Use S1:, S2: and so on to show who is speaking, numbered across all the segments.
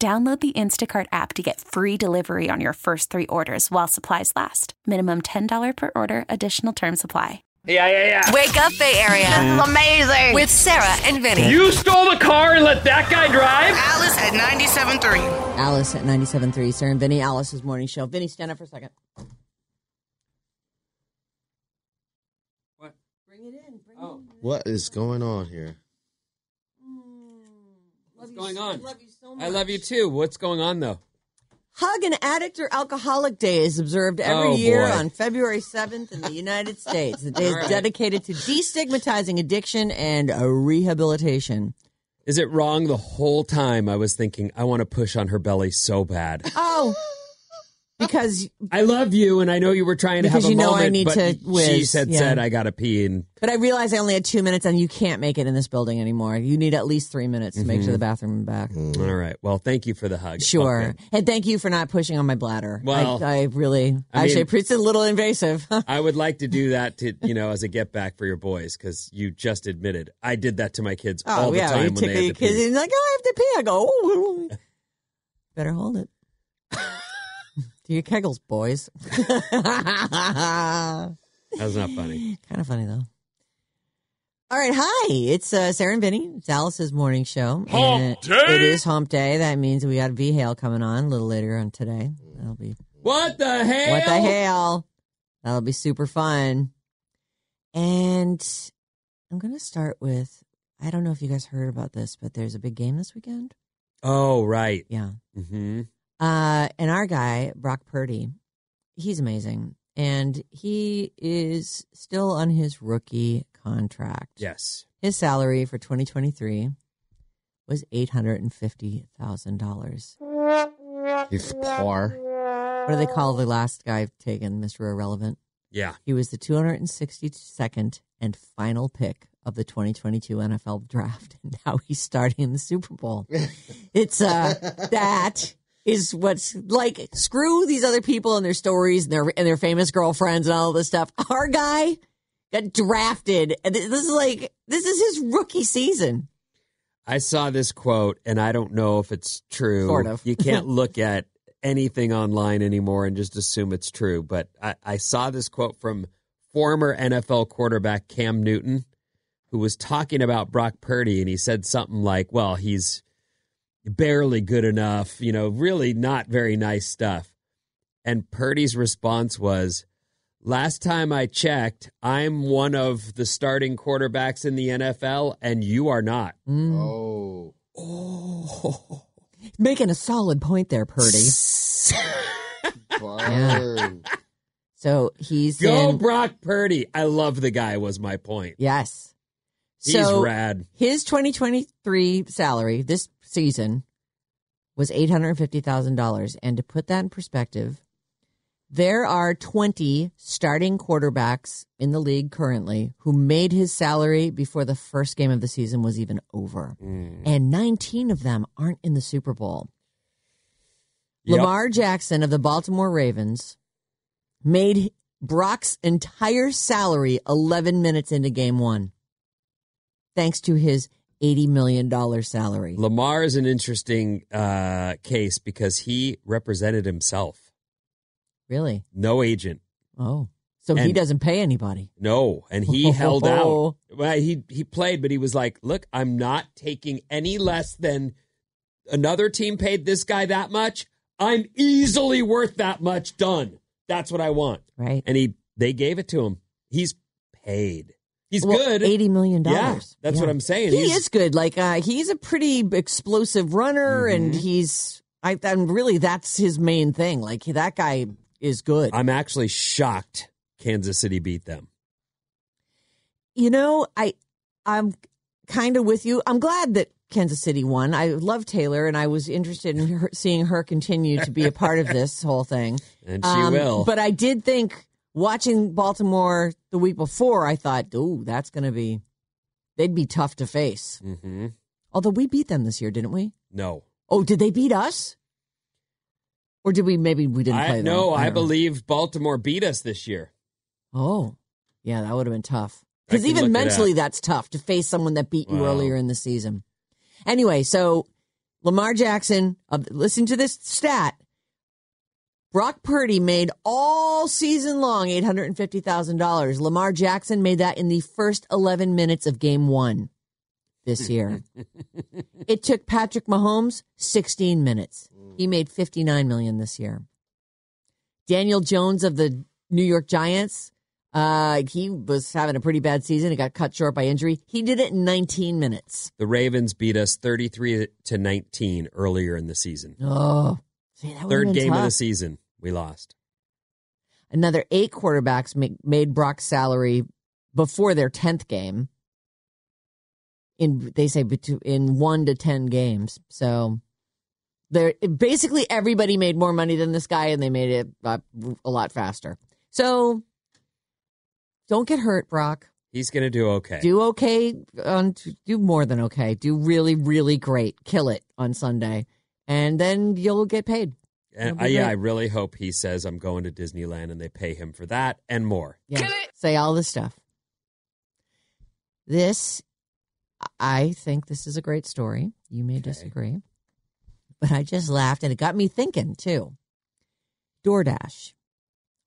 S1: Download the Instacart app to get free delivery on your first three orders while supplies last. Minimum $10 per order, additional term supply.
S2: Yeah, yeah, yeah.
S3: Wake up, Bay Area.
S4: This is amazing.
S3: With Sarah and Vinny.
S2: You stole the car and let that guy drive?
S4: Alice at 97.3.
S5: Alice at 97.3, Sarah and Vinny, Alice's morning show. Vinny, stand up for a second.
S6: What?
S5: Bring it in. Bring
S6: Oh.
S5: it in.
S7: What is going on here?
S5: What's
S6: going on?
S5: Love you so much.
S6: I love you too. What's going on though?
S5: Hug an Addict or Alcoholic Day is observed every
S6: Oh,
S5: year
S6: boy.
S5: on February 7th in the United States. The day is
S6: All right.
S5: dedicated to destigmatizing addiction and uh, rehabilitation.
S6: Is it wrong the whole time I was thinking I want to push on her belly so bad?
S5: Oh, because
S6: I love you and I know you were trying to
S5: Because
S6: have a
S5: you know I
S6: moment
S5: need
S6: but
S5: to
S6: she
S5: whiz,
S6: said
S5: yeah.
S6: said I got to pee and
S5: but I realized I only had two minutes, and you can't make it in this building anymore. You need at least three minutes to make
S6: Mm-hmm.
S5: it to the bathroom and back.
S6: all right. Well, thank you for the hug.
S5: Sure,
S6: Okay.
S5: and thank you for not pushing on my bladder.
S6: Well,
S5: I, I really,
S6: I
S5: actually,
S6: mean-
S5: it's a little invasive.
S6: I would like to do that to, you know, as a get back for your boys cuz you just admitted I did that to my kids all the
S5: Oh, you
S6: time when
S5: tickle
S6: they
S5: your
S6: had to
S5: kids
S6: pee.
S5: and like, oh, I have to pee. I go, oh, better hold it. Do your kegels, boys. kind
S6: That was not funny.
S5: of funny though. All right, hi. It's uh, Sarah and Vinny. It's Alice's morning show. Hump day. It is hump day. That means we got V Hale coming on a little later on today. That'll be
S6: What the hell?
S5: what the hell? That'll be super fun. And I'm going to start with I don't know if you guys heard about this, but there's a big game this weekend.
S6: Oh, right.
S5: Yeah.
S6: Mhm.
S5: Uh, and our guy, Brock Purdy, he's amazing. And he is still on his rookie contract.
S6: Yes.
S5: His salary for 2023 was $850,000.
S7: It's par.
S5: What do they call the last guy taken, Mr. Irrelevant?
S6: Yeah.
S5: He was the 262nd and final pick of the 2022 NFL draft, and now he's starting in the Super Bowl. it's uh, that is what's like. Screw these other people and their stories and their and their famous girlfriends and all this stuff. Our guy got drafted. and This this is like this is his rookie season.
S6: I saw this quote, and I don't know if it's true.
S5: Sort of.
S6: you can't look at anything online anymore and just assume it's true. But I, I saw this quote from former NFL quarterback Cam Newton, who was talking about Brock Purdy, and he said something like, "Well, he's barely good enough. You know, really not very nice stuff." And Purdy's response was, Last time I checked, I'm one of the starting quarterbacks in the NFL, and you are not.
S5: Mm.
S7: Oh.
S6: Oh.
S5: Making a solid point there, Purdy.
S7: Burn.
S5: So he's
S6: Go
S5: in-
S6: Brock Purdy. I love the guy was my point.
S5: Yes.
S6: He's rad.
S5: His 2023 salary this season was $850,000. And to put that in perspective, there are 20 starting quarterbacks in the league currently who made his salary before the first game of the season was even over. And 19 of them aren't in the Super Bowl.
S6: Yep.
S5: Lamar Jackson of the Baltimore Ravens made Brock's entire salary 11 minutes into game one, thanks to his $80 million salary.
S6: Lamar is an interesting uh, case because he represented himself.
S5: Really?
S6: No agent.
S5: Oh. So he
S6: And-
S5: doesn't pay anybody.
S6: No, and he held out. Well, he he played, but he was like, "Look, I'm not taking any less than another team paid this guy that much. I'm easily worth that much. Done. That's what I want."
S5: Right.
S6: And he they gave it to him. He's paid. He's
S5: Well,
S6: good.
S5: Eighty million
S6: yeah,
S5: dollars.
S6: that's what I'm saying.
S5: He
S6: He's-
S5: is good. Like uh, he's a pretty explosive runner,
S6: Mm-hmm.
S5: and he's. I and really that's his main thing. Like that guy is good.
S6: I'm actually shocked Kansas City beat them.
S5: you know, I I'm kind of with you. I'm glad that Kansas City won. I love Taylor, and I was interested in her, seeing her continue to be a part of this whole thing.
S6: And she will.
S5: Um, But I did think watching Baltimore the week before, I thought, ooh, that's going to be they'd be tough to face.
S6: hmm
S5: Although we beat them this year, didn't we?
S6: No.
S5: Oh, did they beat us? Or did we? Maybe we didn't play
S6: I,
S5: them.
S6: no, I,
S5: don't know.
S6: believe Baltimore beat us this year.
S5: Oh, yeah, that would have been tough.
S6: I
S5: Because
S6: can look
S5: even
S6: it
S5: mentally,
S6: up.
S5: that's tough to face someone that beat you
S6: Wow.
S5: earlier in the season. Anyway, so Lamar Jackson, uh, listen to this stat. Brock Purdy made all season long $850,000. Lamar Jackson made that in the first 11 minutes of game one this year. it took Patrick Mahomes 16 minutes.
S6: Mm.
S5: He made 59 million this year. Daniel Jones of the New York Giants, uh, he was having a pretty bad season. He got cut short by injury. He did it in 19 minutes.
S6: The Ravens beat us 33 to 19 earlier in the season.
S5: Oh, see, that would've
S6: Third
S5: been
S6: game of the
S5: tough.
S6: season, we lost.
S5: Another eight quarterbacks ma- made Brock's salary before their 10th game. In they say between in one to ten games, so there basically everybody made more money than this guy, and they made it uh, a lot faster. So don't get hurt, Brock.
S6: He's going to do okay.
S5: Do okay on do more than okay. Do really really great. Kill it on Sunday, and then you'll get paid.
S6: and,
S5: That'll be
S6: yeah,
S5: great.
S6: I really hope he says I'm going to Disneyland and they pay him for that and more.
S5: Yeah. Say all this stuff. This, I think this is a great story. You may disagree, but I just laughed and it got me thinking too. DoorDash.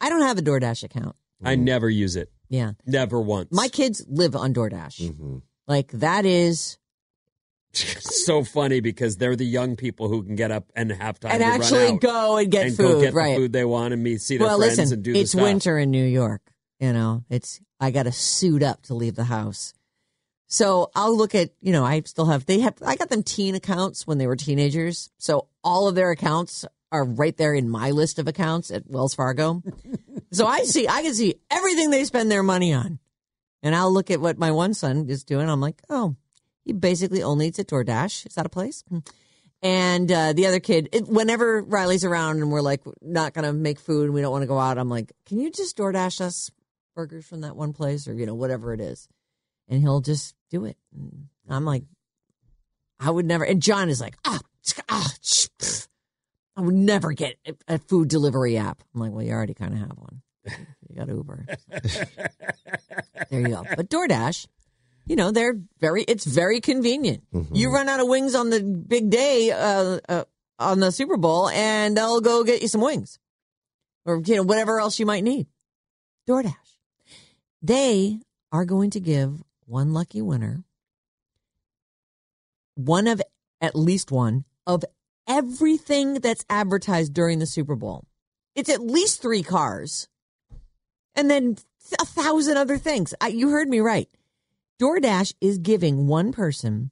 S5: I don't have a DoorDash account.
S6: I never use it.
S5: Yeah.
S6: Never once.
S5: My kids live on DoorDash.
S6: Mm.
S7: Mm-hmm.
S5: Like that is,
S6: so funny because they're the young people who can get up and have time
S5: and
S6: to run
S5: actually
S6: out
S5: go and get
S6: and
S5: food.
S6: go get
S5: right.
S6: the food they want and meet see their
S5: well,
S6: friends
S5: listen,
S6: and do the
S5: it's
S6: stuff.
S5: winter in New York. You know, it's I got to suit up to leave the house. So I'll look at you know I still have they have I got them teen accounts when they were teenagers. So all of their accounts are right there in my list of accounts at Wells Fargo. so I see I can see everything they spend their money on, and I'll look at what my one son is doing. I'm like, oh, he basically only eats at DoorDash. Is that a place? Hmm. And uh, the other kid, it, whenever Riley's around and we're like not gonna make food and we don't want to go out, I'm like, can you just DoorDash us burgers from that one place or you know whatever it is, and he'll just do it. And I'm like, I would never. And John is like, ah, tsk, ah, sh- pff. I would never get a- a food delivery app. I'm like, well, you already kind of have one. You got Uber. there you go. But DoorDash, you know, they're very. It's very convenient.
S7: mm-hmm.
S5: You run out of wings on the big day uh, uh, on the Super Bowl, and they'll go get you some wings, or you know whatever else you might need. DoorDash. They are going to give one lucky winner one of at least one of everything that's advertised during the Super Bowl. It's at least three cars, and then a thousand other things. I, you heard me right. DoorDash is giving one person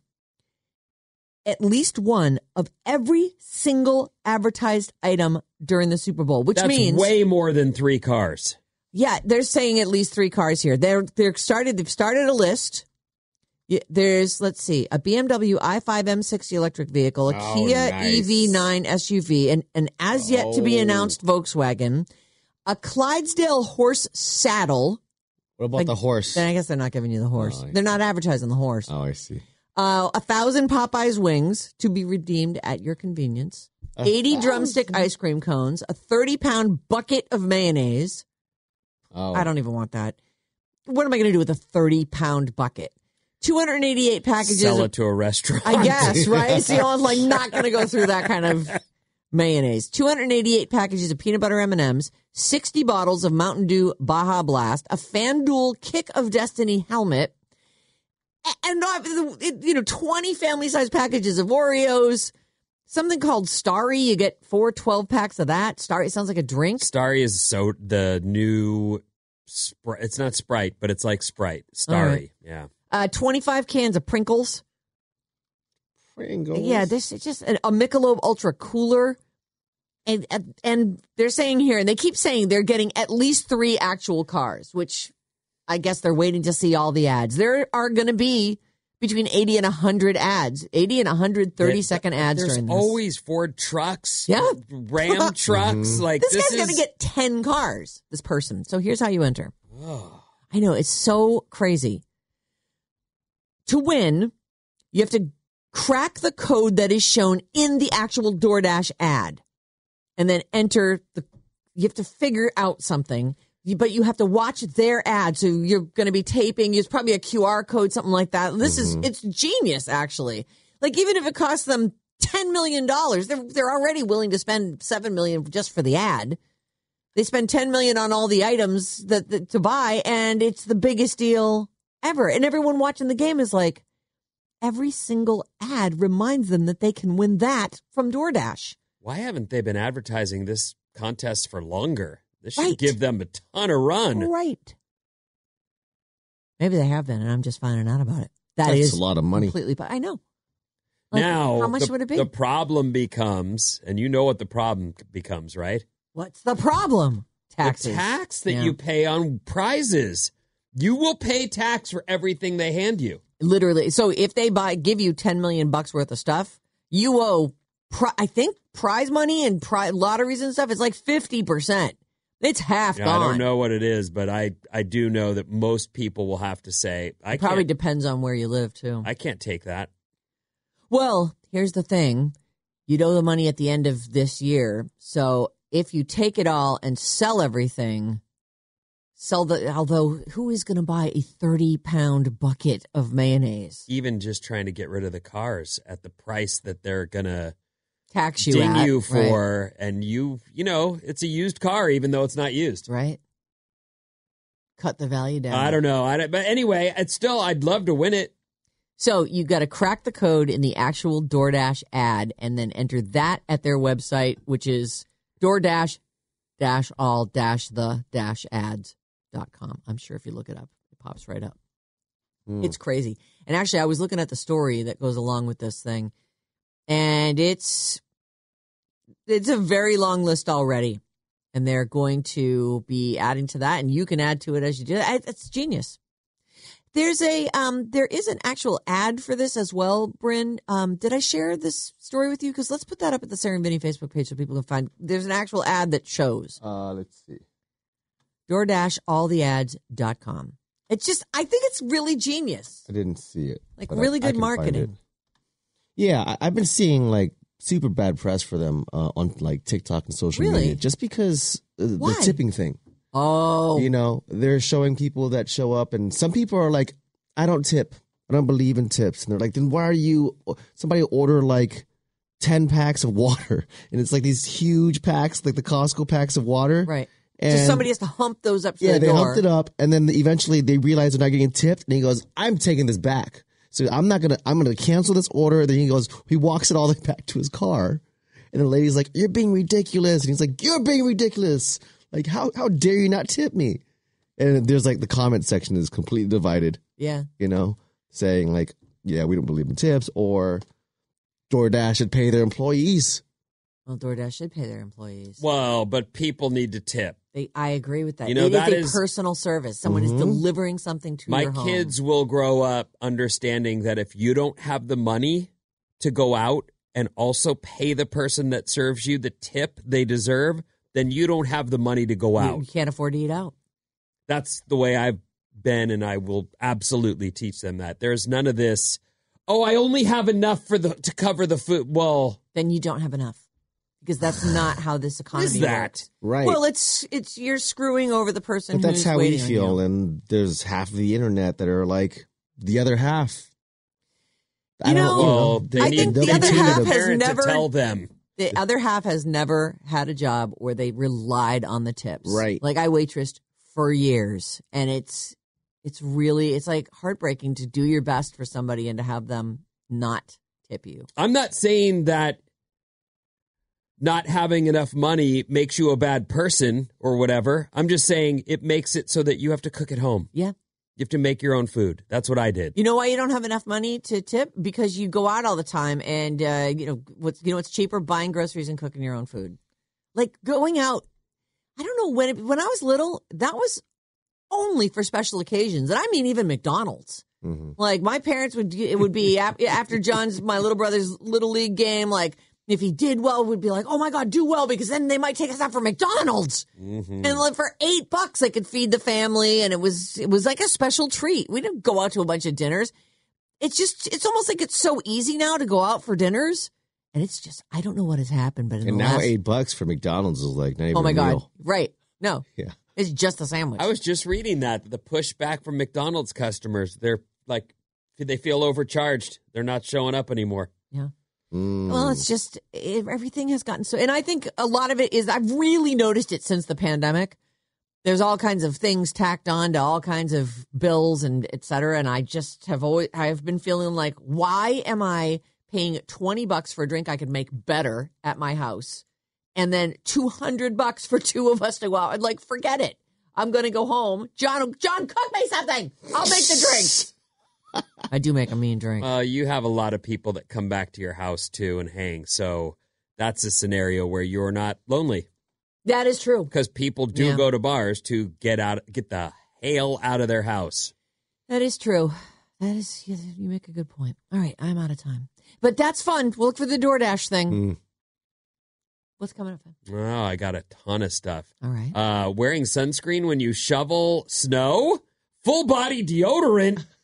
S5: at least one of every single advertised item during the Super Bowl, which
S6: That's
S5: means
S6: way more than three cars.
S5: yeah, they're saying at least three cars here. They're they're started. They've started a list. Y- There's let's see, a BMW i5 M60 electric vehicle, a
S7: Oh,
S5: Kia E
S7: nice. Oh.
S5: EV9 SUV, and an as yet to be announced Volkswagen, a Clydesdale horse saddle.
S7: What about
S5: Like-
S7: the horse?
S5: Then I guess they're not giving you the horse.
S7: Oh, I-
S5: they're not advertising the horse.
S7: Oh, I see.
S5: Uh, a thousand Popeyes wings to be redeemed at your convenience.
S7: A
S5: 80 drumstick ice cream cones, a 30 pound bucket of mayonnaise.
S7: Oh,
S5: I don't even want that. What am I going to do with a 30 pound bucket? 288 packages.
S6: Sell
S5: of-
S6: it to a restaurant.
S5: I guess, right? So you know, I'm like not going to go through that kind of mayonnaise, 288 packages of peanut butter M&Ms, 60 bottles of Mountain Dew Baja Blast, a FanDuel Kick of Destiny helmet, a- and uh, the- it- you know 20 family-sized packages of Oreos, something called Starry, you get four 12 packs of that. Starry sounds like a drink.
S6: Starry is so the new. Spr- it's not Sprite, but it's like Sprite. Starry,
S5: All right.
S6: yeah.
S5: Uh 25 cans of Prinkles.
S7: Pringles.
S5: Yeah, this is just an, a Michelob Ultra cooler, and and- and they're saying here, and they keep saying they're getting at least three actual cars, which I guess they're waiting to see all the ads. There are going to be between eighty and hundred ads, eighty and hundred thirty second ads
S6: There's
S5: during this.
S6: always Ford trucks,
S5: Yeah.
S6: Ram trucks. Like
S5: this,
S6: this,
S5: guy's going to
S6: is-
S5: get ten cars. This person. So here's how you enter. I know it's so crazy. To win, you have to crack the code that is shown in the actual DoorDash ad and then enter the you have to figure out something you- but you have to watch their ad so you're going to be taping there's probably a qr code something like that this is it's genius actually like even if it costs them 10 million dollars they're, they're already willing to spend 7 million just for the ad they spend 10 million on all the items that, that to buy and it's the biggest deal ever and everyone watching the game is like every single ad reminds them that they can win that from DoorDash
S6: Why haven't they been advertising this contest for longer? This should
S5: Right.
S6: give them a ton of run.
S5: Right. Maybe they have been, and I'm just finding out about it. That
S7: That's
S5: is
S7: a lot of money.
S5: Completely, but I know.
S6: now,
S5: how much
S6: the,
S5: would it be?
S6: The problem becomes, and you know what the problem becomes, right?
S5: What's the problem? Taxes.
S6: The tax that
S5: Yeah.
S6: you pay on prizes. You will pay tax for everything they hand you.
S5: literally. So if they buy, give you 10 million bucks worth of stuff, you owe, pri- I think, prize money and pri- lotteries and stuff. It's like 50 percent. It's half
S6: Now, I
S5: gone.
S6: don't know what it is, but I, I do know that most people will have to say, I
S5: It probably
S6: can't,
S5: depends on where you live too.
S6: I can't take that.
S5: Well, here's the thing. You would owe the money at the end of this year. So if you take it all and sell everything, sell the, although who is going to buy a 30 pound bucket of mayonnaise?
S6: Even just trying to get rid of the cars at the price that they're going to
S5: Tax you
S6: ding
S5: at,
S6: you
S5: right?
S6: for. And you, you know, it's a used car, even though it's not used.
S5: Right. Cut the value down.
S6: I don't know. I don't, but anyway, it's still, I'd love to win it.
S5: So you got to crack the code in the actual DoorDash ad and then enter that at their website, which is DoorDash dash all dash the dash ads dot com. I'm sure if you look it up, it pops right up.
S7: Hmm.
S5: It's crazy. And actually, I was looking at the story that goes along with this thing, and it's it's a very long list already. And they're going to be adding to that, and you can add to it as you do. I- It's genius. There's a um, there is an actual ad for this as well, Bryn. Um, did I share this story with you? Because let's put that up at the Sarah and Vinny Facebook page so people can find. There's an actual ad that shows
S7: Uh, let's see.
S5: DoorDashAllTheAds.com. It's just, I think it's really genius.
S7: I didn't see it.
S5: Like,
S7: but I-
S5: really
S7: I
S5: good
S7: can find
S5: marketing.
S7: it. Yeah, I, I've been seeing like super bad press for them uh, on like TikTok and social
S5: Really?
S7: media, just because uh, the
S5: Why?
S7: tipping thing.
S5: Oh,
S7: You know, they're showing people that show up, and some people are like, "I don't tip. I don't believe in tips." And they're like, "Then why are you?" Somebody order like. 10 packs of water and it's like these huge packs like the Costco packs of water
S5: right.
S7: and
S5: so somebody has to hump those up to
S7: yeah,
S5: the
S7: they
S5: door.
S7: humped it up, and then eventually they realized they're not getting tipped, and he goes, "I'm taking this back." So I'm not gonna, I'm gonna cancel this order. Then he goes, he walks it all the way back to his car, and the lady's like, "You're being ridiculous," and he's like, "You're being ridiculous. Like how how dare you not tip me?" And there's like the comment section is completely divided,
S5: Yeah.
S7: you know, saying like, "Yeah, we don't believe in tips," or DoorDash should pay their employees.
S5: Well, DoorDash should pay their employees.
S6: Well, but people need to tip.
S5: They, I agree with that.
S6: You know,
S5: it is
S6: that
S5: a
S6: is-
S5: personal service. Someone
S7: Mm-hmm.
S5: is delivering something to
S6: My
S5: your home.
S6: kids will grow up understanding that if you don't have the money to go out and also pay the person that serves you the tip they deserve, then you don't have the money to go
S5: You-
S6: out.
S5: You can't afford to eat out.
S6: That's the way I've been, and I will absolutely teach them that. There's none of this. Oh, I only have enough for the to cover the food. Well,
S5: Then you don't have enough. Because that's not how this economy
S6: is that?
S5: works.
S7: Right.
S5: Well, it's it's you're screwing over the person
S7: But that's
S5: who's
S7: how we
S5: waiting on you.
S7: feel, and there's half of the internet that are like the other half.
S5: You know-
S6: Well, they
S5: I
S6: need
S5: think
S6: they
S5: the other
S6: need
S5: half has
S6: parent
S5: never-
S6: to tell them.
S5: the other half has never had a job where they relied on the tips.
S7: Right.
S5: Like I waitressed for years and it's it's really it's like heartbreaking to do your best for somebody and to have them not tip you.
S6: I'm not saying that not having enough money makes you a bad person or whatever. I'm just saying it makes it so that you have to cook at home.
S5: Yeah.
S6: You have to make your own food. That's what I did.
S5: You know why you don't have enough money to tip? Because you go out all the time, and uh, you know what's you know what's cheaper buying groceries and cooking your own food. Like going out, I don't know when it, when I was little, that was only for special occasions, and I mean even McDonald's. Like my parents would, it would be af- after John's my little brother's little league game. Like if he did well, we'd be like, oh my god, do well because then they might take us out for McDonald's.
S7: Mm-hmm.
S5: And like for eight bucks, I could feed the family, and it was it was like a special treat. We didn't go out to a bunch of dinners. It's just it's almost like it's so easy now to go out for dinners, and it's just I don't know what has happened, but in
S7: And
S5: the
S7: now
S5: last,
S7: eight bucks for McDonald's is like not even
S5: oh my
S7: a
S5: god,
S7: meal.
S5: right? No,
S7: Yeah.
S5: it's just a sandwich.
S6: I was just reading that the pushback from McDonald's customers. They're like, they feel overcharged. They're not showing up anymore.
S5: yeah.
S7: Mm.
S5: Well, it's just it, everything has gotten so, and I think a lot of it is I've really noticed it since the pandemic. There's all kinds of things tacked on to all kinds of bills and et cetera, and I just have always I've been feeling like, why am I paying twenty bucks for a drink I could make better at my house, and then two hundred bucks for two of us to go out? I'd like forget it. I'm gonna go home. John, John, cook me something. I'll make the drinks. I do make a mean drink.
S6: Well, Uh, you have a lot of people that come back to your house too and hang. So that's a scenario where you're not lonely
S5: That is true.
S6: because people do
S5: Yeah.
S6: go to bars to get out, get the hail out of their house.
S5: That is true. That is, you you make a good point. All right, I'm out of time. But that's fun. We'll look for the DoorDash thing.
S7: Mm.
S5: What's coming up? Finn?
S6: Oh, I got a ton of stuff.
S5: All right.
S6: Uh, wearing sunscreen when you shovel snow, full body deodorant,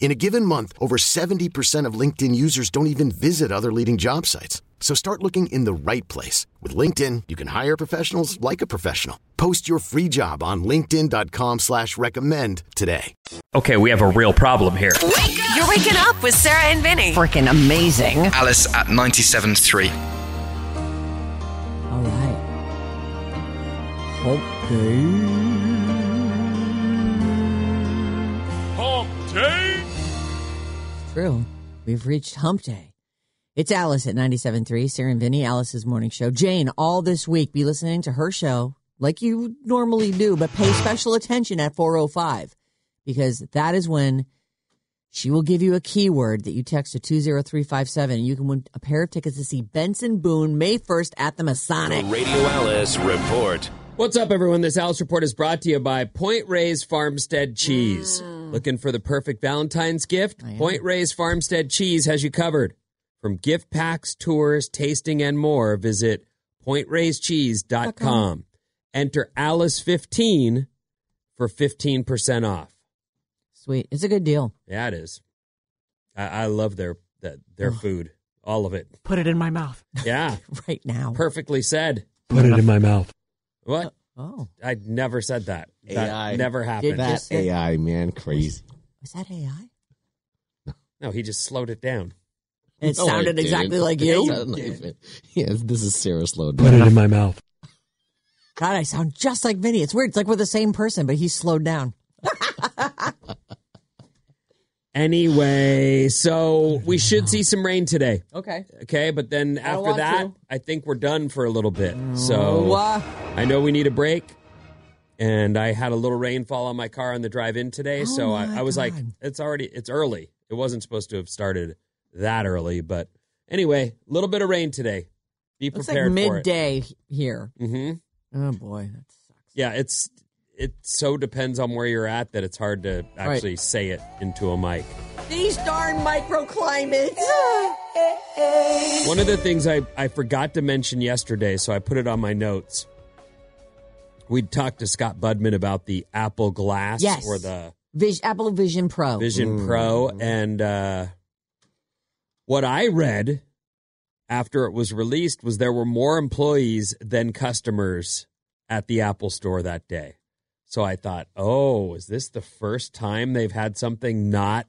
S8: In a given month, over 70% of LinkedIn users don't even visit other leading job sites. So start looking in the right place. With LinkedIn, you can hire professionals like a professional. Post your free job on linkedin.com/recommend slash recommend today.
S9: Okay, we have a real problem here.
S3: You're waking up with Sarah and Vinny.
S5: Freaking amazing.
S10: Alice at 97.3.
S5: All right. Okay. It's true. We've reached hump day. It's Alice at 97.3, Sarah and Vinny, Alice's morning show. Jane, all this week, be listening to her show like you normally do, but pay special attention at 405 because that is when she will give you a keyword that you text to 20357 and you can win a pair of tickets to see Benson Boone May 1st at the Masonic.
S9: Radio Alice Report.
S6: What's up, everyone? This Alice Report is brought to you by Point Reyes Farmstead Cheese. Looking for the perfect Valentine's gift? Point Reyes Farmstead Cheese has you covered. From gift packs, tours, tasting, and more, visit pointraisedcheese.com. Enter Alice15 for 15% off.
S5: Sweet. It's a good deal.
S6: Yeah, it is. I, I love their that, their food, all of it.
S9: Put it in my mouth.
S6: Yeah,
S5: Right now.
S6: perfectly said.
S9: Put it in my mouth.
S6: What?
S5: Oh.
S6: I never said that. That
S7: AI.
S6: never
S5: Did
S6: happened.
S7: that
S5: just-
S7: AI man crazy. Oh,
S5: Is that AI?
S6: No, he just slowed it down.
S5: It
S7: No, I
S5: sounded
S7: didn't.
S5: exactly like
S7: It
S5: you.
S7: sounded like me. Yeah, this is Sarah slowed down.
S9: Put it in my mouth.
S5: God, I sound just like Vinny. It's weird. It's like we're the same person, but he's slowed down.
S6: Anyway, so we should see some rain today.
S5: Okay.
S6: Okay, but then
S5: don't
S6: after
S5: want
S6: that,
S5: to.
S6: I think we're done for a little bit. So
S5: uh,
S6: I know we need a break. And I had a little rainfall on my car on the drive in today,
S5: Oh
S6: so I, I was like, it's already it's early. It wasn't supposed to have started that early, but anyway, a little bit of rain today. Be
S5: Looks like
S6: prepared
S5: midday here.
S6: for it. Mhm.
S5: Oh boy, that's
S6: Yeah, it's it so depends on where you're at that it's hard to actually say it into a mic.
S5: these darn microclimates.
S6: One of the things I, I forgot to mention yesterday, so I put it on my notes. We talked to Scott Budman about the Apple Glass
S5: Yes.
S6: or the
S5: Vis- Apple Vision Pro.
S6: Vision Pro,
S5: Mm.
S6: and uh, what I read after it was released was there were more employees than customers at the Apple Store that day. So I thought, oh, is this the first time they've had something not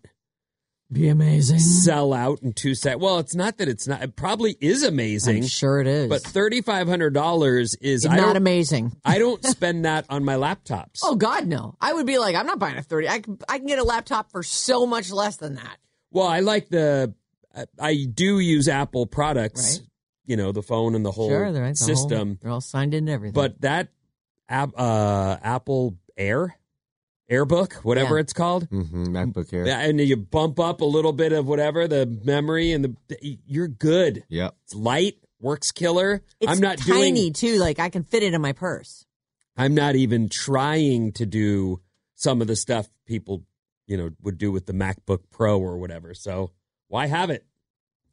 S5: be amazing.
S6: sell out in two sec? Well, it's not that it's not. It probably is amazing.
S5: I'm sure it is.
S6: But thirty five hundred dollars is
S5: It's
S6: I
S5: not
S6: don't,
S5: amazing.
S6: I don't spend that on my laptops.
S5: Oh God, no! I would be like, I'm not buying a thirty. I, can- I can get a laptop for so much less than that.
S6: Well, I like the. I, I do use Apple products. You know the phone and the whole
S5: sure, they're right, the whole-
S6: system,
S5: they're all signed into everything.
S6: but that app, uh, Apple Air, AirBook, whatever
S5: Yeah.
S6: it's called,
S7: Mm-hmm, MacBook Air.
S6: Yeah, and you bump up a little bit of whatever the memory and the you're good.
S7: Yep.
S6: It's light, works killer.
S5: it's
S6: I'm not
S5: tiny
S6: doing
S5: too. Like I can fit it in my purse.
S6: I'm not even trying to do some of the stuff people, you know, would do with the MacBook Pro or whatever. So why have it?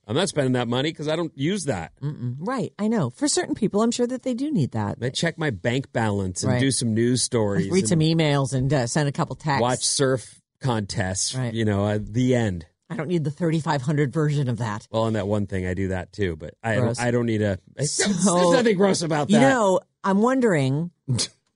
S6: I'm not spending that money because I don't use that.
S5: Mm-mm. Right, I know. For certain people, I'm sure that they do need that.
S6: I check my bank balance and
S5: Right.
S6: do some news stories,
S5: Read some
S6: and
S5: emails and uh, send a couple texts.
S6: watch surf contests.
S5: Right.
S6: You know, at the end.
S5: I don't need the 3500 version of that.
S6: Well, on that one thing, I do that too, but I
S5: Gross.
S6: I don't need a. there's
S5: So-
S6: nothing gross about that.
S5: You know, I'm wondering.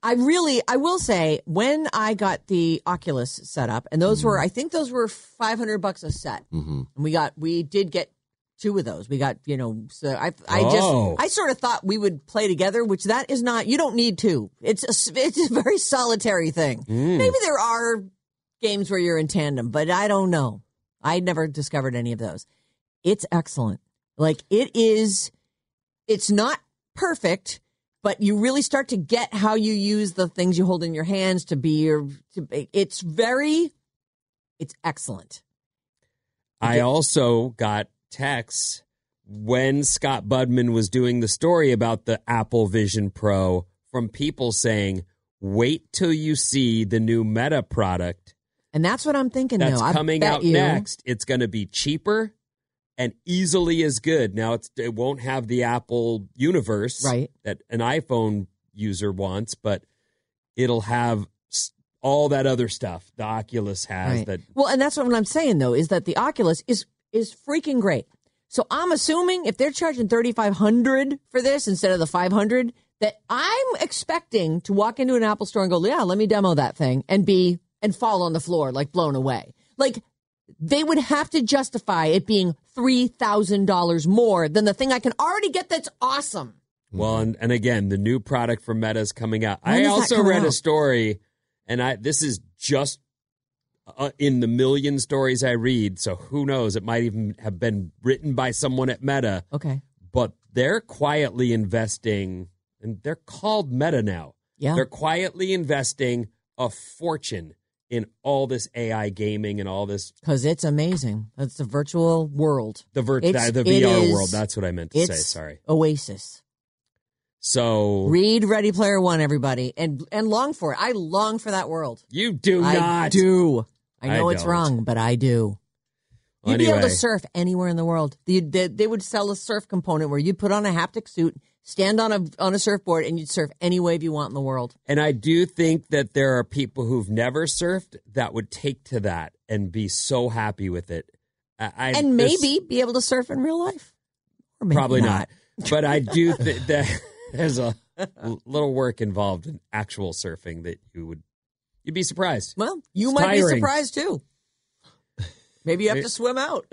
S5: I really, I will say, when I got the Oculus set up, and
S6: Mm-hmm.
S5: those were, I think those were 500 bucks a set.
S7: Mm-hmm.
S5: And we got, we did get two of those. We got, you know, so I, I
S6: Oh.
S5: just, I sort of thought we would play together, which that is not, you don't need two. It's a, s- it's a very solitary thing. Maybe there are games where you're in tandem, but I don't know. I never discovered any of those. It's excellent. Like it is, it's not perfect, but you really start to get how you use the things you hold in your hands to be your, to be, it's very, it's excellent.
S6: I also got texts when Scott Budman was doing the story about the Apple Vision Pro from people saying, wait till you see the new Meta product
S5: And that's what I'm thinking
S6: that's
S5: though.
S6: coming
S5: I bet
S6: out
S5: you,
S6: next. It's going to be cheaper and easily as good. Now, it's, it won't have the Apple universe
S5: Right.
S6: that an iPhone user wants, but it'll have s- all that other stuff the Oculus has
S5: Right.
S6: that
S5: Well, and that's what I'm saying though is that the Oculus is is freaking great. So I'm assuming if they're charging 3500 for this instead of the 500 that I'm expecting to walk into an Apple store and go, "Yeah, let me demo that thing." and be and fall on the floor like blown away. Like they would have to justify it being $3000 more than the thing I can already get that's awesome.
S6: Well, and, and again, the new product from Meta is coming out.
S5: Mm-hmm. When
S6: I
S5: is that
S6: also
S5: coming
S6: read a
S5: out?
S6: story, and I this is just uh, in the million stories I read. So who knows? It might even have been written by someone at Meta,
S5: Okay.
S6: but they're quietly investing, and they're called Meta now.
S5: Yeah.
S6: They're quietly investing a fortune in all this AI gaming and all this
S5: Cuz it's amazing. It's the virtual world.
S6: the vir-
S5: It's-
S6: the, the
S5: it
S6: VR
S5: is-
S6: world. That's what I meant to say.
S5: It's
S6: Sorry.
S5: Oasis.
S6: So
S5: Read Ready Player One, everybody, and and long for it. I long for that world.
S6: you do
S5: I
S6: not
S5: do. I know
S6: I
S5: it's
S6: don't.
S5: wrong, but I do. You'd be able
S6: Anyway.
S5: to surf anywhere in the world. They, they, they would sell a surf component where you'd put on a haptic suit, stand on a on a surfboard, and you'd surf any wave you want in the world.
S6: And I do think that there are people who've never surfed that would take to that and be so happy with it. I, I-
S5: and
S6: this-
S5: maybe be able to surf in real life. Or maybe
S6: probably not. But I do think that there's a little work involved in actual surfing that you would you'd be surprised.
S5: Well, you
S6: It's
S5: might be
S6: tiring.
S5: surprised too. Maybe you have
S6: Maybe-
S5: to swim out.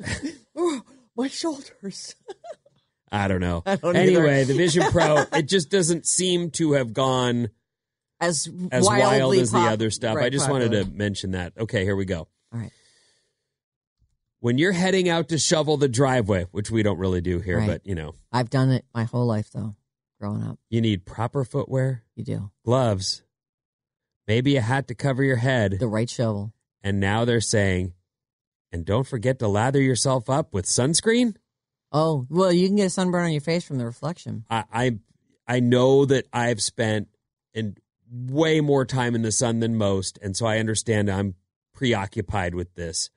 S5: Oh, My shoulders.
S6: I don't know.
S5: I don't either.
S6: anyway, the Vision Pro, it just doesn't seem to have gone
S5: As,
S6: as wild
S5: wildly
S6: as the
S5: pop-
S6: other stuff.
S5: right,
S6: I just
S5: popular.
S6: wanted to mention that. Okay, here we go.
S5: All right.
S6: When you're heading out to shovel the driveway, which we don't really do here,
S5: Right.
S6: but you know,
S5: I've done it my whole life though, growing up.
S6: you need proper footwear,
S5: You do.
S6: gloves, maybe a hat to cover your head.
S5: The right shovel.
S6: And now they're saying, and don't forget to lather yourself up with sunscreen.
S5: Oh, well, you can get a sunburn on your face from the reflection.
S6: I I, I know that I've spent and way more time in the sun than most, and so I understand I'm preoccupied with this.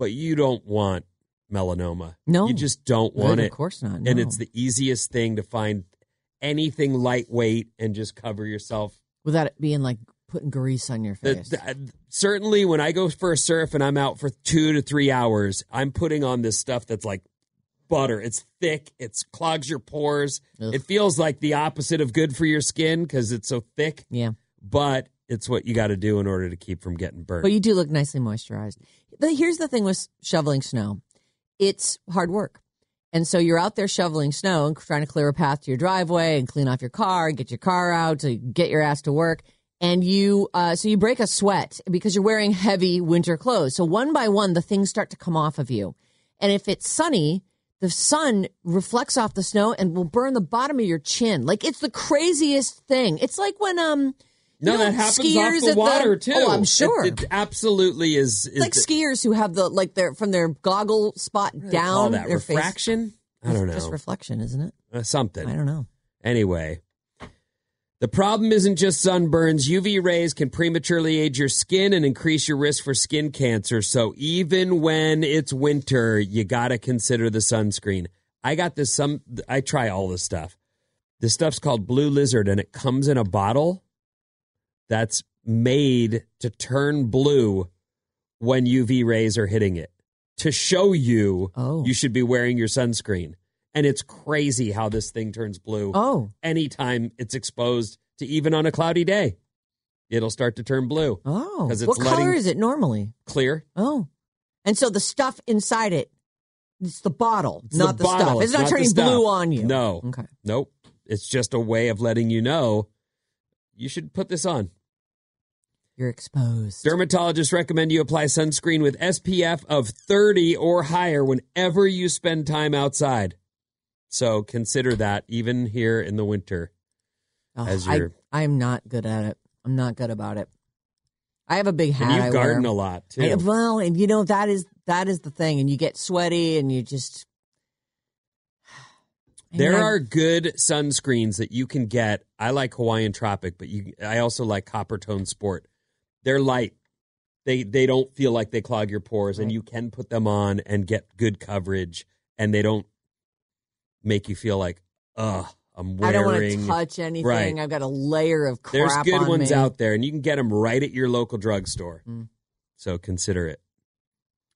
S6: But you don't want melanoma.
S5: No.
S6: you just don't want
S5: Good,
S6: it.
S5: Of course not.
S6: And
S5: no.
S6: it's the easiest thing to find anything lightweight and just cover yourself.
S5: without it being like putting grease on your
S6: The-
S5: face.
S6: the- certainly, when I go for a surf and I'm out for two to three hours, I'm putting on this stuff that's like butter. It's thick. It clogs your pores.
S5: Ugh.
S6: It feels like the opposite of good for your skin because it's so thick.
S5: yeah.
S6: But it's what you got to do in order to keep from getting burned.
S5: But you do look nicely moisturized. But here's the thing with shoveling snow it's hard work. And so you're out there shoveling snow and trying to clear a path to your driveway and clean off your car and get your car out to get your ass to work. And you, uh, so you break a sweat because you're wearing heavy winter clothes. So one by one, the things start to come off of you. And if it's sunny, the sun reflects off the snow and will burn the bottom of your chin. Like it's the craziest thing. It's like when, um,
S6: no,
S5: you know,
S6: that happens
S5: skiers
S6: off
S5: at
S6: the water too.
S5: Oh, I'm
S6: It-
S5: sure.
S6: It, absolutely is. is
S5: It's like skiers who have the like their from their goggle spot
S6: what do they
S5: down
S6: call that
S5: their
S6: refraction.
S5: Face.
S6: I don't know.
S5: It's Just reflection, isn't it?
S6: Uh, something.
S5: I don't know.
S6: Anyway, the problem isn't just sunburns. UV rays can prematurely age your skin and increase your risk for skin cancer. So even when it's winter, you got to consider the sunscreen. I got this some I try all this stuff. This stuff's called Blue Lizard and it comes in a bottle that's made to turn blue when UV rays are hitting it to show you
S5: Oh.
S6: you should be wearing your sunscreen. And it's crazy how this thing turns blue
S5: Oh,
S6: anytime it's exposed to even on a cloudy day. It'll start to turn blue,
S5: oh.
S6: 'Cause it's
S5: what color
S6: letting-
S5: is it normally?
S6: clear.
S5: Oh, and so the stuff inside it, it's the bottle,
S6: It's
S5: not the,
S6: bottle,
S5: stuff. It's, not,
S6: the
S5: turning
S6: stuff.
S5: blue on you.
S6: No.
S5: Okay.
S6: Nope. It's just a way of letting you know you should put this on.
S5: You're exposed.
S6: Dermatologists recommend you apply sunscreen with SPF of 30 or higher whenever you spend time outside. So consider that even here in the winter.
S5: Oh,
S6: as
S5: I,
S6: your-
S5: I'm not good at it. I'm not good about it. I have a big hat.
S6: And you
S5: I
S6: garden
S5: wear.
S6: a lot too.
S5: I- well, and you know that is that is the thing, and you get sweaty, and you just. I mean,
S6: There
S5: I-
S6: are good sunscreens that you can get. I like Hawaiian Tropic, but you, I also like Copper Tone Sport. They're light. They they don't feel like they clog your pores, and
S5: Right.
S6: you can put them on and get good coverage, and they don't make you feel like, ugh, I'm
S5: I
S6: wearing.
S5: don't want to touch anything.
S6: Right.
S5: I've got a layer of crap.
S6: There's good
S5: on
S6: ones
S5: me.
S6: out there, and you can get them right at your local drugstore.
S5: Mm.
S6: So consider it.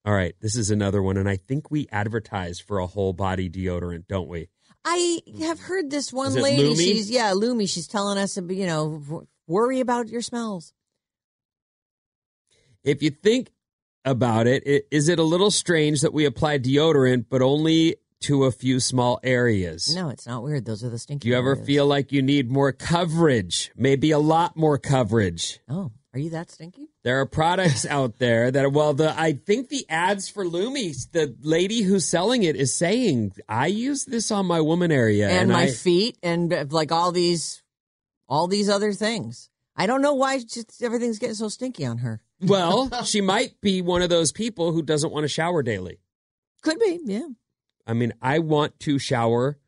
S6: All right, this is another one, and I think we advertise for a whole body deodorant, don't we?
S5: I have heard this one
S6: Is it
S5: lady.
S6: Lumi?
S5: She's yeah, Lumi. She's telling us, you know, w- worry about your smells.
S6: if you think about it, i- is it a little strange that we apply deodorant but only to a few small areas?
S5: No, it's not weird. Those are the stinky.
S6: Do you ever
S5: areas.
S6: feel like you need more coverage? Maybe a lot more coverage.
S5: Oh, are you that stinky?
S6: There are products out there that, well, the I think the ads for Lumi, the lady who's selling it is saying, I use this on my woman area,
S5: and my
S6: I,
S5: feet, and uh, like all these, all these other things. I don't know why just everything's getting so stinky on her.
S6: well, she might be one of those people who doesn't want to shower daily.
S5: Could be, yeah.
S6: I mean, I want to shower,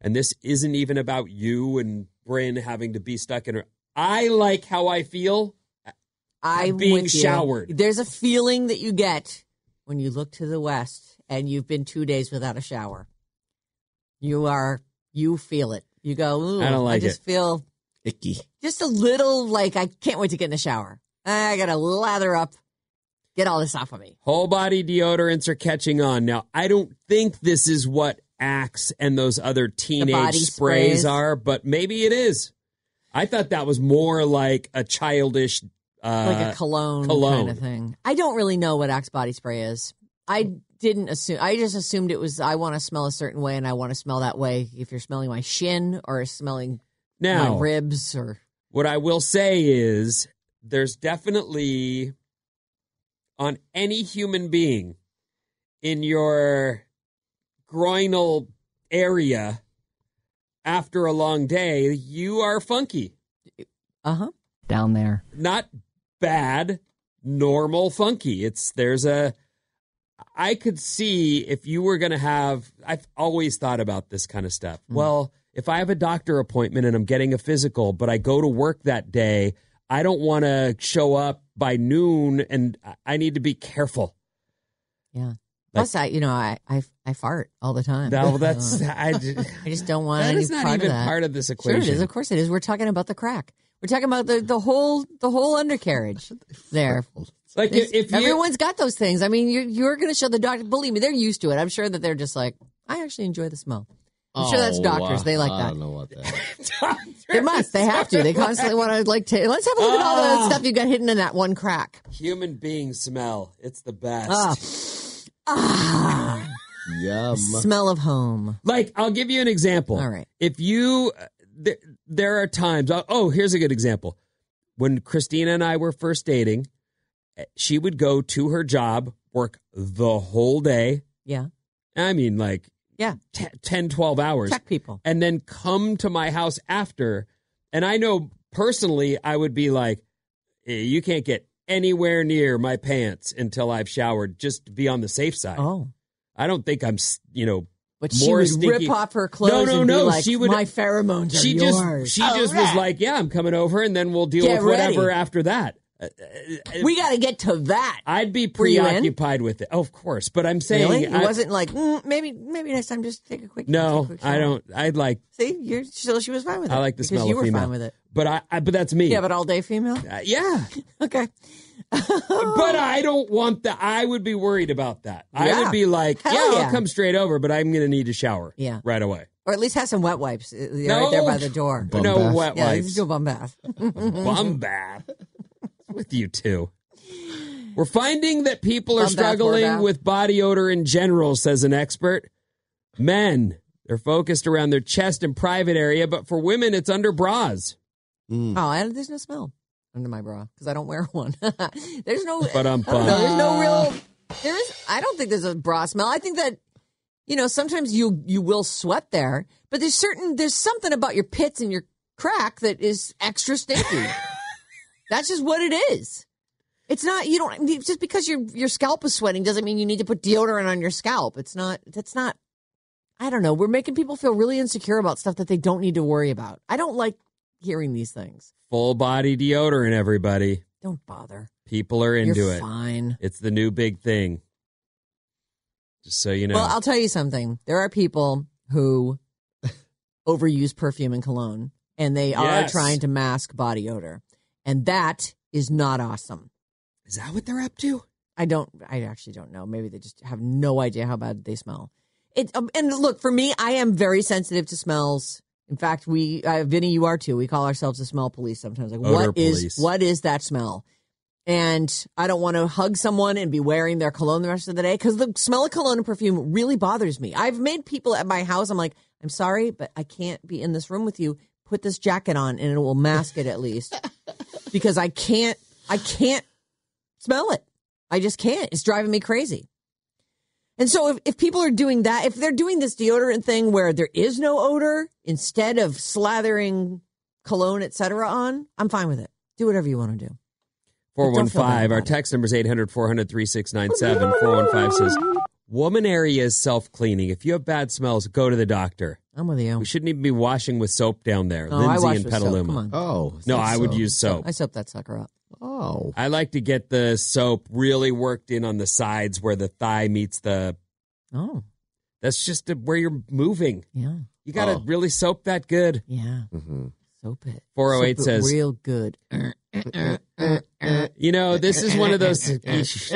S6: and this isn't even about you and Bryn having to be stuck in her. I like how I feel.
S5: I'm
S6: being
S5: with you.
S6: showered.
S5: There's a feeling that you get when you look to the west and you've been two days without a shower. You are, you feel it. You go, Ooh,
S6: I don't like
S5: just
S6: it."
S5: feel
S7: Icky.
S5: just a little like I can't wait to get in the shower. I gotta lather up, get all this off of me.
S6: Whole body deodorants are catching on. Now, I don't think this is what Axe and those other teenage
S5: body
S6: sprays,
S5: sprays.
S6: are, but maybe it is. I thought that was more like a childish uh,
S5: like a cologne,
S6: cologne.
S5: kind of thing. I don't really know what Axe body spray is. I didn't assume. I just assumed it was. I want to smell a certain way, and I want to smell that way. If you're smelling my shin or smelling
S6: Now-
S5: my ribs or
S6: What I will say is there's definitely on any human being in your groinal area after a long day, you are funky.
S5: uh huh down there.
S6: Not bad, normal funky. It's there's a I could see if you were going to have I've always thought about this kind of stuff.
S5: Hmm.
S6: Well, if I have a doctor appointment and I'm getting a physical, but I go to work that day, I don't want to show up by noon and I- I need to be careful.
S5: Yeah. Plus, I you know I I, I fart all the time.
S6: No, that's-
S5: So,
S6: I ju-
S5: I just don't want
S6: That
S5: any
S6: is not
S5: part
S6: even
S5: of that.
S6: part of this
S5: Sure, it is.
S6: equation.
S5: Of course, it is. We're talking about the crack. We're talking about the, the whole the whole undercarriage there.
S6: Like if, if you
S5: everyone's got those things. I mean, you're you're going to show the doctor. Believe me, they're used to it. I'm sure that they're just like, I actually enjoy the smell. I'm sure that's
S7: Oh,
S5: doctors.
S7: I-
S5: They like
S7: I
S5: that.
S7: don't know what that.
S5: They must. They have to. They constantly want to like. ta let's have a look at all
S6: Ah.
S5: the stuff you got hidden in that one crack.
S6: human beings smell, it's the best.
S5: Ah. Ah,
S7: Yum.
S5: smell of home.
S6: Like, I'll give you an example.
S5: All right.
S6: If you, uh, th- there are times, oh, oh, here's a good example. When Christina and I were first dating, eh, she would go to her job, work the whole day.
S5: Yeah.
S6: I mean, like
S5: Yeah.
S6: t- 10, 12 hours.
S5: Check people.
S6: And then come to my house after. And I know personally, I would be like, eh, you can't get anywhere near my pants until I've showered, just to be on the safe side.
S5: Oh.
S6: I don't think I'm, s- you know,
S5: But
S6: more
S5: she would
S6: stinky.
S5: rip off her clothes
S6: No, no,
S5: and be
S6: no.
S5: like,
S6: she would.
S5: my pheromones are
S6: she just,
S5: yours.
S6: she just was like, "Yeah, I'm coming over, and then we'll deal
S5: Get
S6: with whatever
S5: ready.
S6: after that." Uh,
S5: we got to get to that.
S6: I'd be
S5: Were you in?
S6: preoccupied with it, Oh, of course. But I'm saying
S5: really? It
S6: I,
S5: wasn't like mm, maybe maybe next time just take a quick
S6: No,
S5: take a quick
S6: I
S5: shower."
S6: don't. I'd like.
S5: See, you're so she was fine with it.
S6: I like the
S5: because
S6: smell
S5: you
S6: of
S5: were
S6: female.
S5: fine with it.
S6: But I, I. But that's me.
S5: Yeah, but all day female.
S6: Uh, yeah.
S5: Okay.
S6: but I don't want that. I would be worried about that. I
S5: Oh. Yeah.
S6: would be like,
S5: Hell
S6: yeah,
S5: yeah.
S6: I'll come straight over, but I'm going to need to shower.
S5: Yeah.
S6: Right away.
S5: Or at least have some wet wipes uh,
S6: No.
S5: right there by the door.
S7: Bum
S6: no
S7: bath.
S6: wet
S5: yeah,
S6: wipes.
S5: just do a bum bath. Mm-hmm.
S6: Bum bath. with you two. We're finding that people are
S5: Bum bath, whore
S6: struggling
S5: bath.
S6: with body odor in general, says an expert. Men, they're focused around their chest and private area, but for women, it's under bras.
S7: Mm.
S5: Oh, I, there's no smell under my bra because I don't wear one. there's no, I don't
S6: Ba-dum-bum.
S5: know, there's no real. There is. I don't think there's a bra smell. I think that you know sometimes you you will sweat there, but there's certain there's something about your pits and your crack that is extra stinky. That's just what it is. It's not you don't I mean, just because your your scalp is sweating doesn't mean you need to put deodorant on your scalp. It's not. That's not. I don't know. We're making people feel really insecure about stuff that they don't need to worry about. I don't like hearing these things.
S6: Full body deodorant, everybody.
S5: Don't bother.
S6: People are into
S5: You're
S6: it.
S5: fine.
S6: It's the new big thing. Just so you know.
S5: Well, I'll tell you something. There are people who overuse perfume and cologne, and they
S6: Yes.
S5: are trying to mask body odor, and that is not awesome.
S6: Is that what they're up to?
S5: I don't. I actually don't know. Maybe they just have no idea how bad they smell. It um, and look for me, I am very sensitive to smells. In fact, we uh, Vinny, you are too. We call ourselves the smell police sometimes. Like,
S6: Odor
S5: what is
S6: police.
S5: what is that smell? And I don't want to hug someone and be wearing their cologne the rest of the day because the smell of cologne and perfume really bothers me. I've made people at my house. I'm like, I'm sorry, but I can't be in this room with you. Put this jacket on, and it will mask it at least because I can't. I can't smell it. I just can't. It's driving me crazy. And so if, if people are doing that, if they're doing this deodorant thing where there is no odor instead of slathering cologne, et cetera, on, I'm fine with it. Do whatever you want to do. Don't feel bad
S6: 415. Our
S5: about it.
S6: text number is 800 400 3697. 415 says, Woman area is self cleaning. If you have bad smells, go to the doctor.
S5: I'm with you.
S6: We shouldn't even be washing with soap down there.
S5: No, I
S6: Lindsay
S5: wash
S6: and
S5: with soap.
S6: Petaluma.
S5: Come on.
S7: Oh,
S6: No,
S7: that's
S6: I would
S7: so-
S6: use soap.
S5: I soap that sucker up.
S7: Oh,
S6: I like to get the soap really worked in on the sides where the thigh meets the.
S5: Oh,
S6: That's just the- where you're moving.
S5: yeah.
S6: You got to
S7: Oh.
S6: really soap that good.
S5: Yeah.
S6: Mm-hmm.
S7: hmm
S5: Soap it. Soap
S6: 408
S5: it
S6: says-
S5: real good.
S6: You know, this is one of those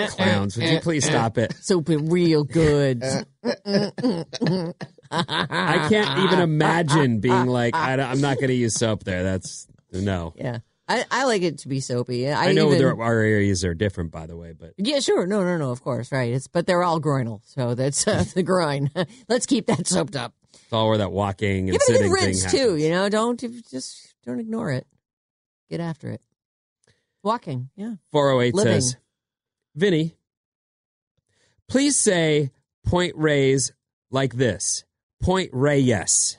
S6: clowns. Would you please stop it?
S5: soap it real good.
S6: I can't even imagine being like, I don't- I'm not going to use soap there. That's no.
S5: Yeah. I, I like it to be soapy. I,
S6: I, know
S5: even,
S6: there, our areas are different, by the way, but
S5: Yeah, sure. No, no, no. Of course, right. It's but they're all groinal, so that's uh, the groin. Let's keep that soaped up.
S6: it's all where that walking and
S5: Give it a
S6: sitting
S5: good rinse
S6: thing
S5: too.
S6: happens.
S5: You know, don't just don't ignore it. Get after it. Walking, yeah.
S6: 408
S5: Living.
S6: says, Vinny, please say point raise like this. Point Reyes.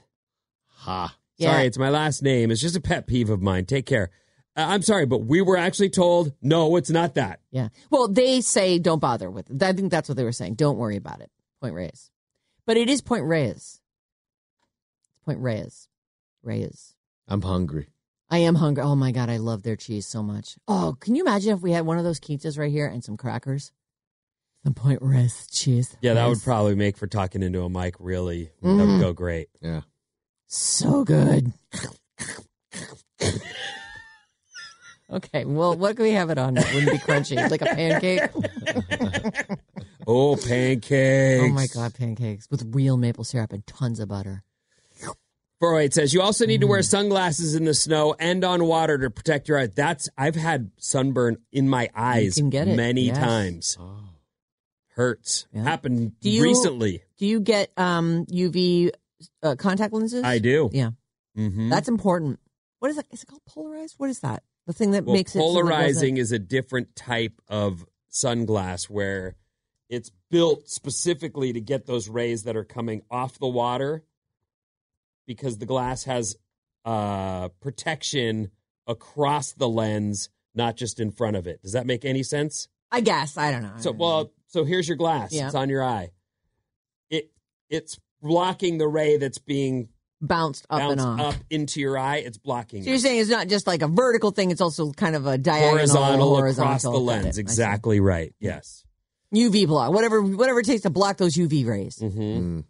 S7: Ha.
S6: Sorry,
S7: Yeah.
S6: it's my last name. It's just a pet peeve of mine. Take care. Uh, I'm sorry, but we were actually told, no, it's not that.
S5: Yeah. Well, they say don't bother with it. I think that's what they were saying. Don't worry about it. Point Reyes. But it is Point Reyes. It's Point Reyes. Reyes.
S7: I'm hungry.
S5: I am hungry. Oh my God, I love their cheese so much. Oh, can you imagine if we had one of those quintas right here and some crackers? The Point Reyes cheese.
S6: Yeah, that
S5: Reyes.
S6: would probably make for talking into a mic really. That
S5: Mm.
S6: would go great.
S7: Yeah.
S5: So good. okay, well, what can we have it on that wouldn't be crunchy? Like a pancake?
S6: Oh, pancakes.
S5: Oh my God, pancakes with real maple syrup and tons of butter.
S6: 408 says you also need to
S5: Mm.
S6: wear sunglasses in the snow and on water to protect your eyes. That's I've had sunburn in my eyes
S5: can get it,
S6: many
S5: yes. Oh.
S6: times. Hurts. Happened
S5: Do you-
S6: recently.
S5: Do you get um, UV uh, contact lenses?
S6: I do.
S5: Yeah.
S6: Mm-hmm.
S5: That's important. What is it? Is it called polarized? What is that? The thing that
S6: well,
S5: makes it so that it doesn't-
S6: polarizing is a different type of sunglass where it's built specifically to get those rays that are coming off the water because the glass has uh, protection across the lens, not just in front of it. Does that make any sense?
S5: I guess I don't know. I
S6: So
S5: don't
S6: well, so here's your glass.
S5: Yeah.
S6: It's on your eye. It it's blocking the ray that's being
S5: know. bounced up
S6: bounced
S5: and off.
S6: up into your eye. It's blocking
S5: So you're
S6: it.
S5: saying it's not just like a vertical thing; it's also kind of a diagonal,
S6: horizontal,
S5: horizontal
S6: across the
S5: Got it.
S6: lens.
S5: I see. Mm-hmm.
S6: Exactly right. Yes.
S5: UV block, whatever, whatever it takes to block those UV rays.
S6: Mm-hmm.
S7: Mm.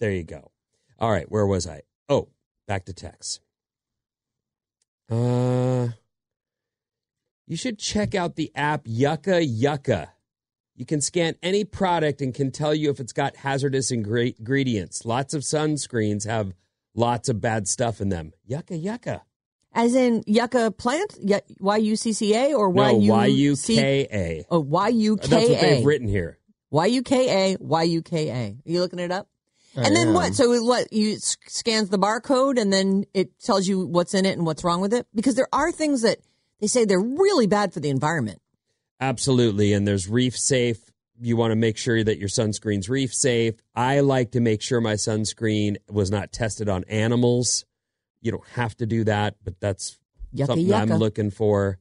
S6: There you go. All right, where was I? Oh, back to text. Uh, you should check out the app Yucca Yucca. You can scan any product and can tell you if it's got hazardous ingre- ingredients. Lots of sunscreens have lots of bad stuff in them. Yucca Yucca.
S5: As in yucca plant, Y U C C A or Y
S6: no, Y
S5: U
S6: U
S5: C?
S6: K A.
S5: Oh, Y U K A.
S6: That's what they've written here.
S5: Y U K A Y U K A. You looking it up? and then what? So it- what? You s- scans the barcode, and then it tells you what's in it and what's wrong with it. Because there are things that they say they're really bad for the environment.
S6: Absolutely. And there's reef safe. You want to make sure that your sunscreen's reef safe. I like to make sure my sunscreen was not tested on animals. You don't have to do that, but that's
S5: Yucca,
S6: something I'm
S5: yucca.
S6: looking for.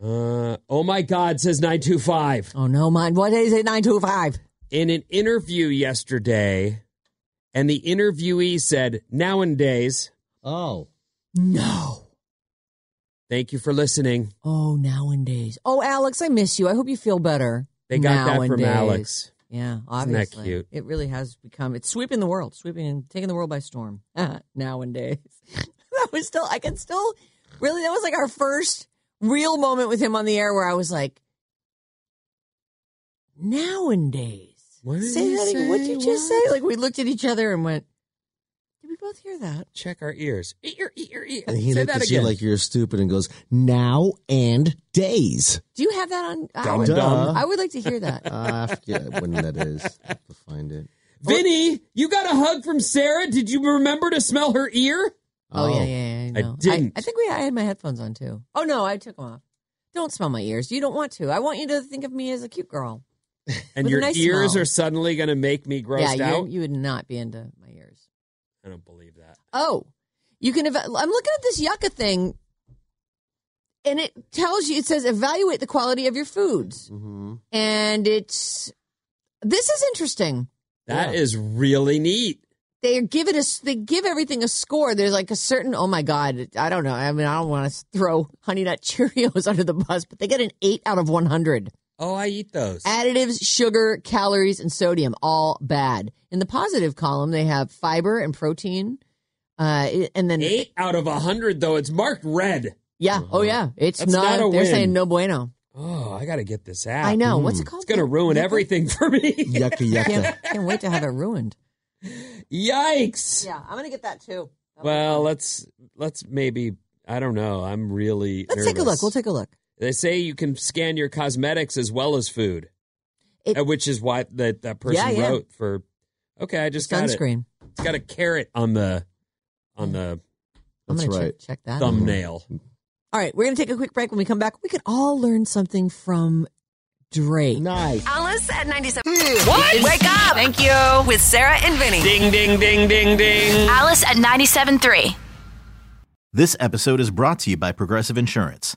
S6: Uh, oh my God, says 925.
S5: Oh no, mine. What is it? Nine two five.
S6: In an interview yesterday, and the interviewee said, Nowadays,
S7: Oh.
S5: No.
S6: thank you for listening.
S5: Oh, nowadays. Oh, Alex, I miss you. I hope you feel better.
S6: They got that from
S5: Nowadays.
S6: Alex.
S5: Yeah,
S6: Isn't that
S5: obviously.
S6: cute?
S5: It really has become. It's sweeping the world, sweeping and taking the world by storm. Nowadays, that was still. I can still really. That was like our first real moment with him on the air, where I was like, "Nowadays,
S6: What did
S5: say
S6: you
S5: that. again. What
S6: say?
S5: did you just
S6: What?
S5: say?" Like we looked at each other and went, "Did we both hear that?"
S6: Check our ears. Ear, ear, ear.
S7: And he
S6: Say
S7: looked
S6: that
S7: at
S6: again.
S7: you like you're stupid and goes, now and days.
S5: Do you have that on? I
S6: Dum
S5: would, um,
S7: dum.
S5: I would like to hear that.
S7: Uh, I forget when that is. I have to find it.
S5: Oh.
S6: Vinny, you got a hug from Sarah. Did you remember to smell her ear?
S5: Oh, yeah, yeah, yeah.
S6: I
S5: know.
S6: didn't.
S5: I, think we. I had my headphones on too. Oh no, I took them off. Don't smell my ears. You don't want to. I want you to think of me as a cute girl.
S6: And
S5: With a
S6: your
S5: nice
S6: ears
S5: smell.
S6: are suddenly going to make me grossed
S5: yeah, you,
S6: out?
S5: you would not be into my ears.
S6: I don't believe that.
S5: Oh, you can. Eva- I'm looking at this yucca thing, and it tells you. It says evaluate the quality of your foods,
S6: Mm-hmm.
S7: Mhm.
S5: and it's. This is interesting.
S6: That is really neat.
S5: they give it a s- they give everything a score. There's like a certain oh my god I don't know I mean I don't want to throw Honey Nut Cheerios under the bus, but they get an eight out of one hundred.
S6: Oh, I eat those.
S5: Additives, sugar, calories, and sodium all bad. In the positive column, they have fiber and protein, uh, it- and then
S6: Eight out of a hundred, though. It's marked red.
S5: yeah oh yeah it's
S6: That's
S5: not,
S6: not a
S5: they're
S6: win.
S5: saying no bueno.
S6: Oh, I got to get this app.
S5: I know what's it
S6: Mm.
S5: called?
S6: It's going to ruin everything for me.
S7: Yucca, yucca.
S5: Can't, can't wait to have it ruined.
S6: Yikes.
S5: Yeah, I'm gonna get that too.
S6: Well, let's let's maybe I don't know. I'm really.
S5: Let's take a look.
S6: nervous.
S5: We'll take a look.
S6: They say you can scan your cosmetics as well as food, Uh, which is why that that person
S5: Yeah, yeah.
S6: wrote for. Okay, I just got
S5: Sunscreen.
S6: It. It's got a carrot on the on the
S5: I'm gonna check- check that.
S6: thumbnail.
S5: All right, we're going to take a quick break. When we come back, we could all learn something from Drake.
S7: Nice.
S1: Alice at 97.
S4: Hmm.
S11: What?
S1: Wake up! Thank you. With Sarah and Vinny.
S6: Ding, ding, ding, ding, ding.
S11: Alice at 97.3.
S12: This episode is brought to you by Progressive Insurance.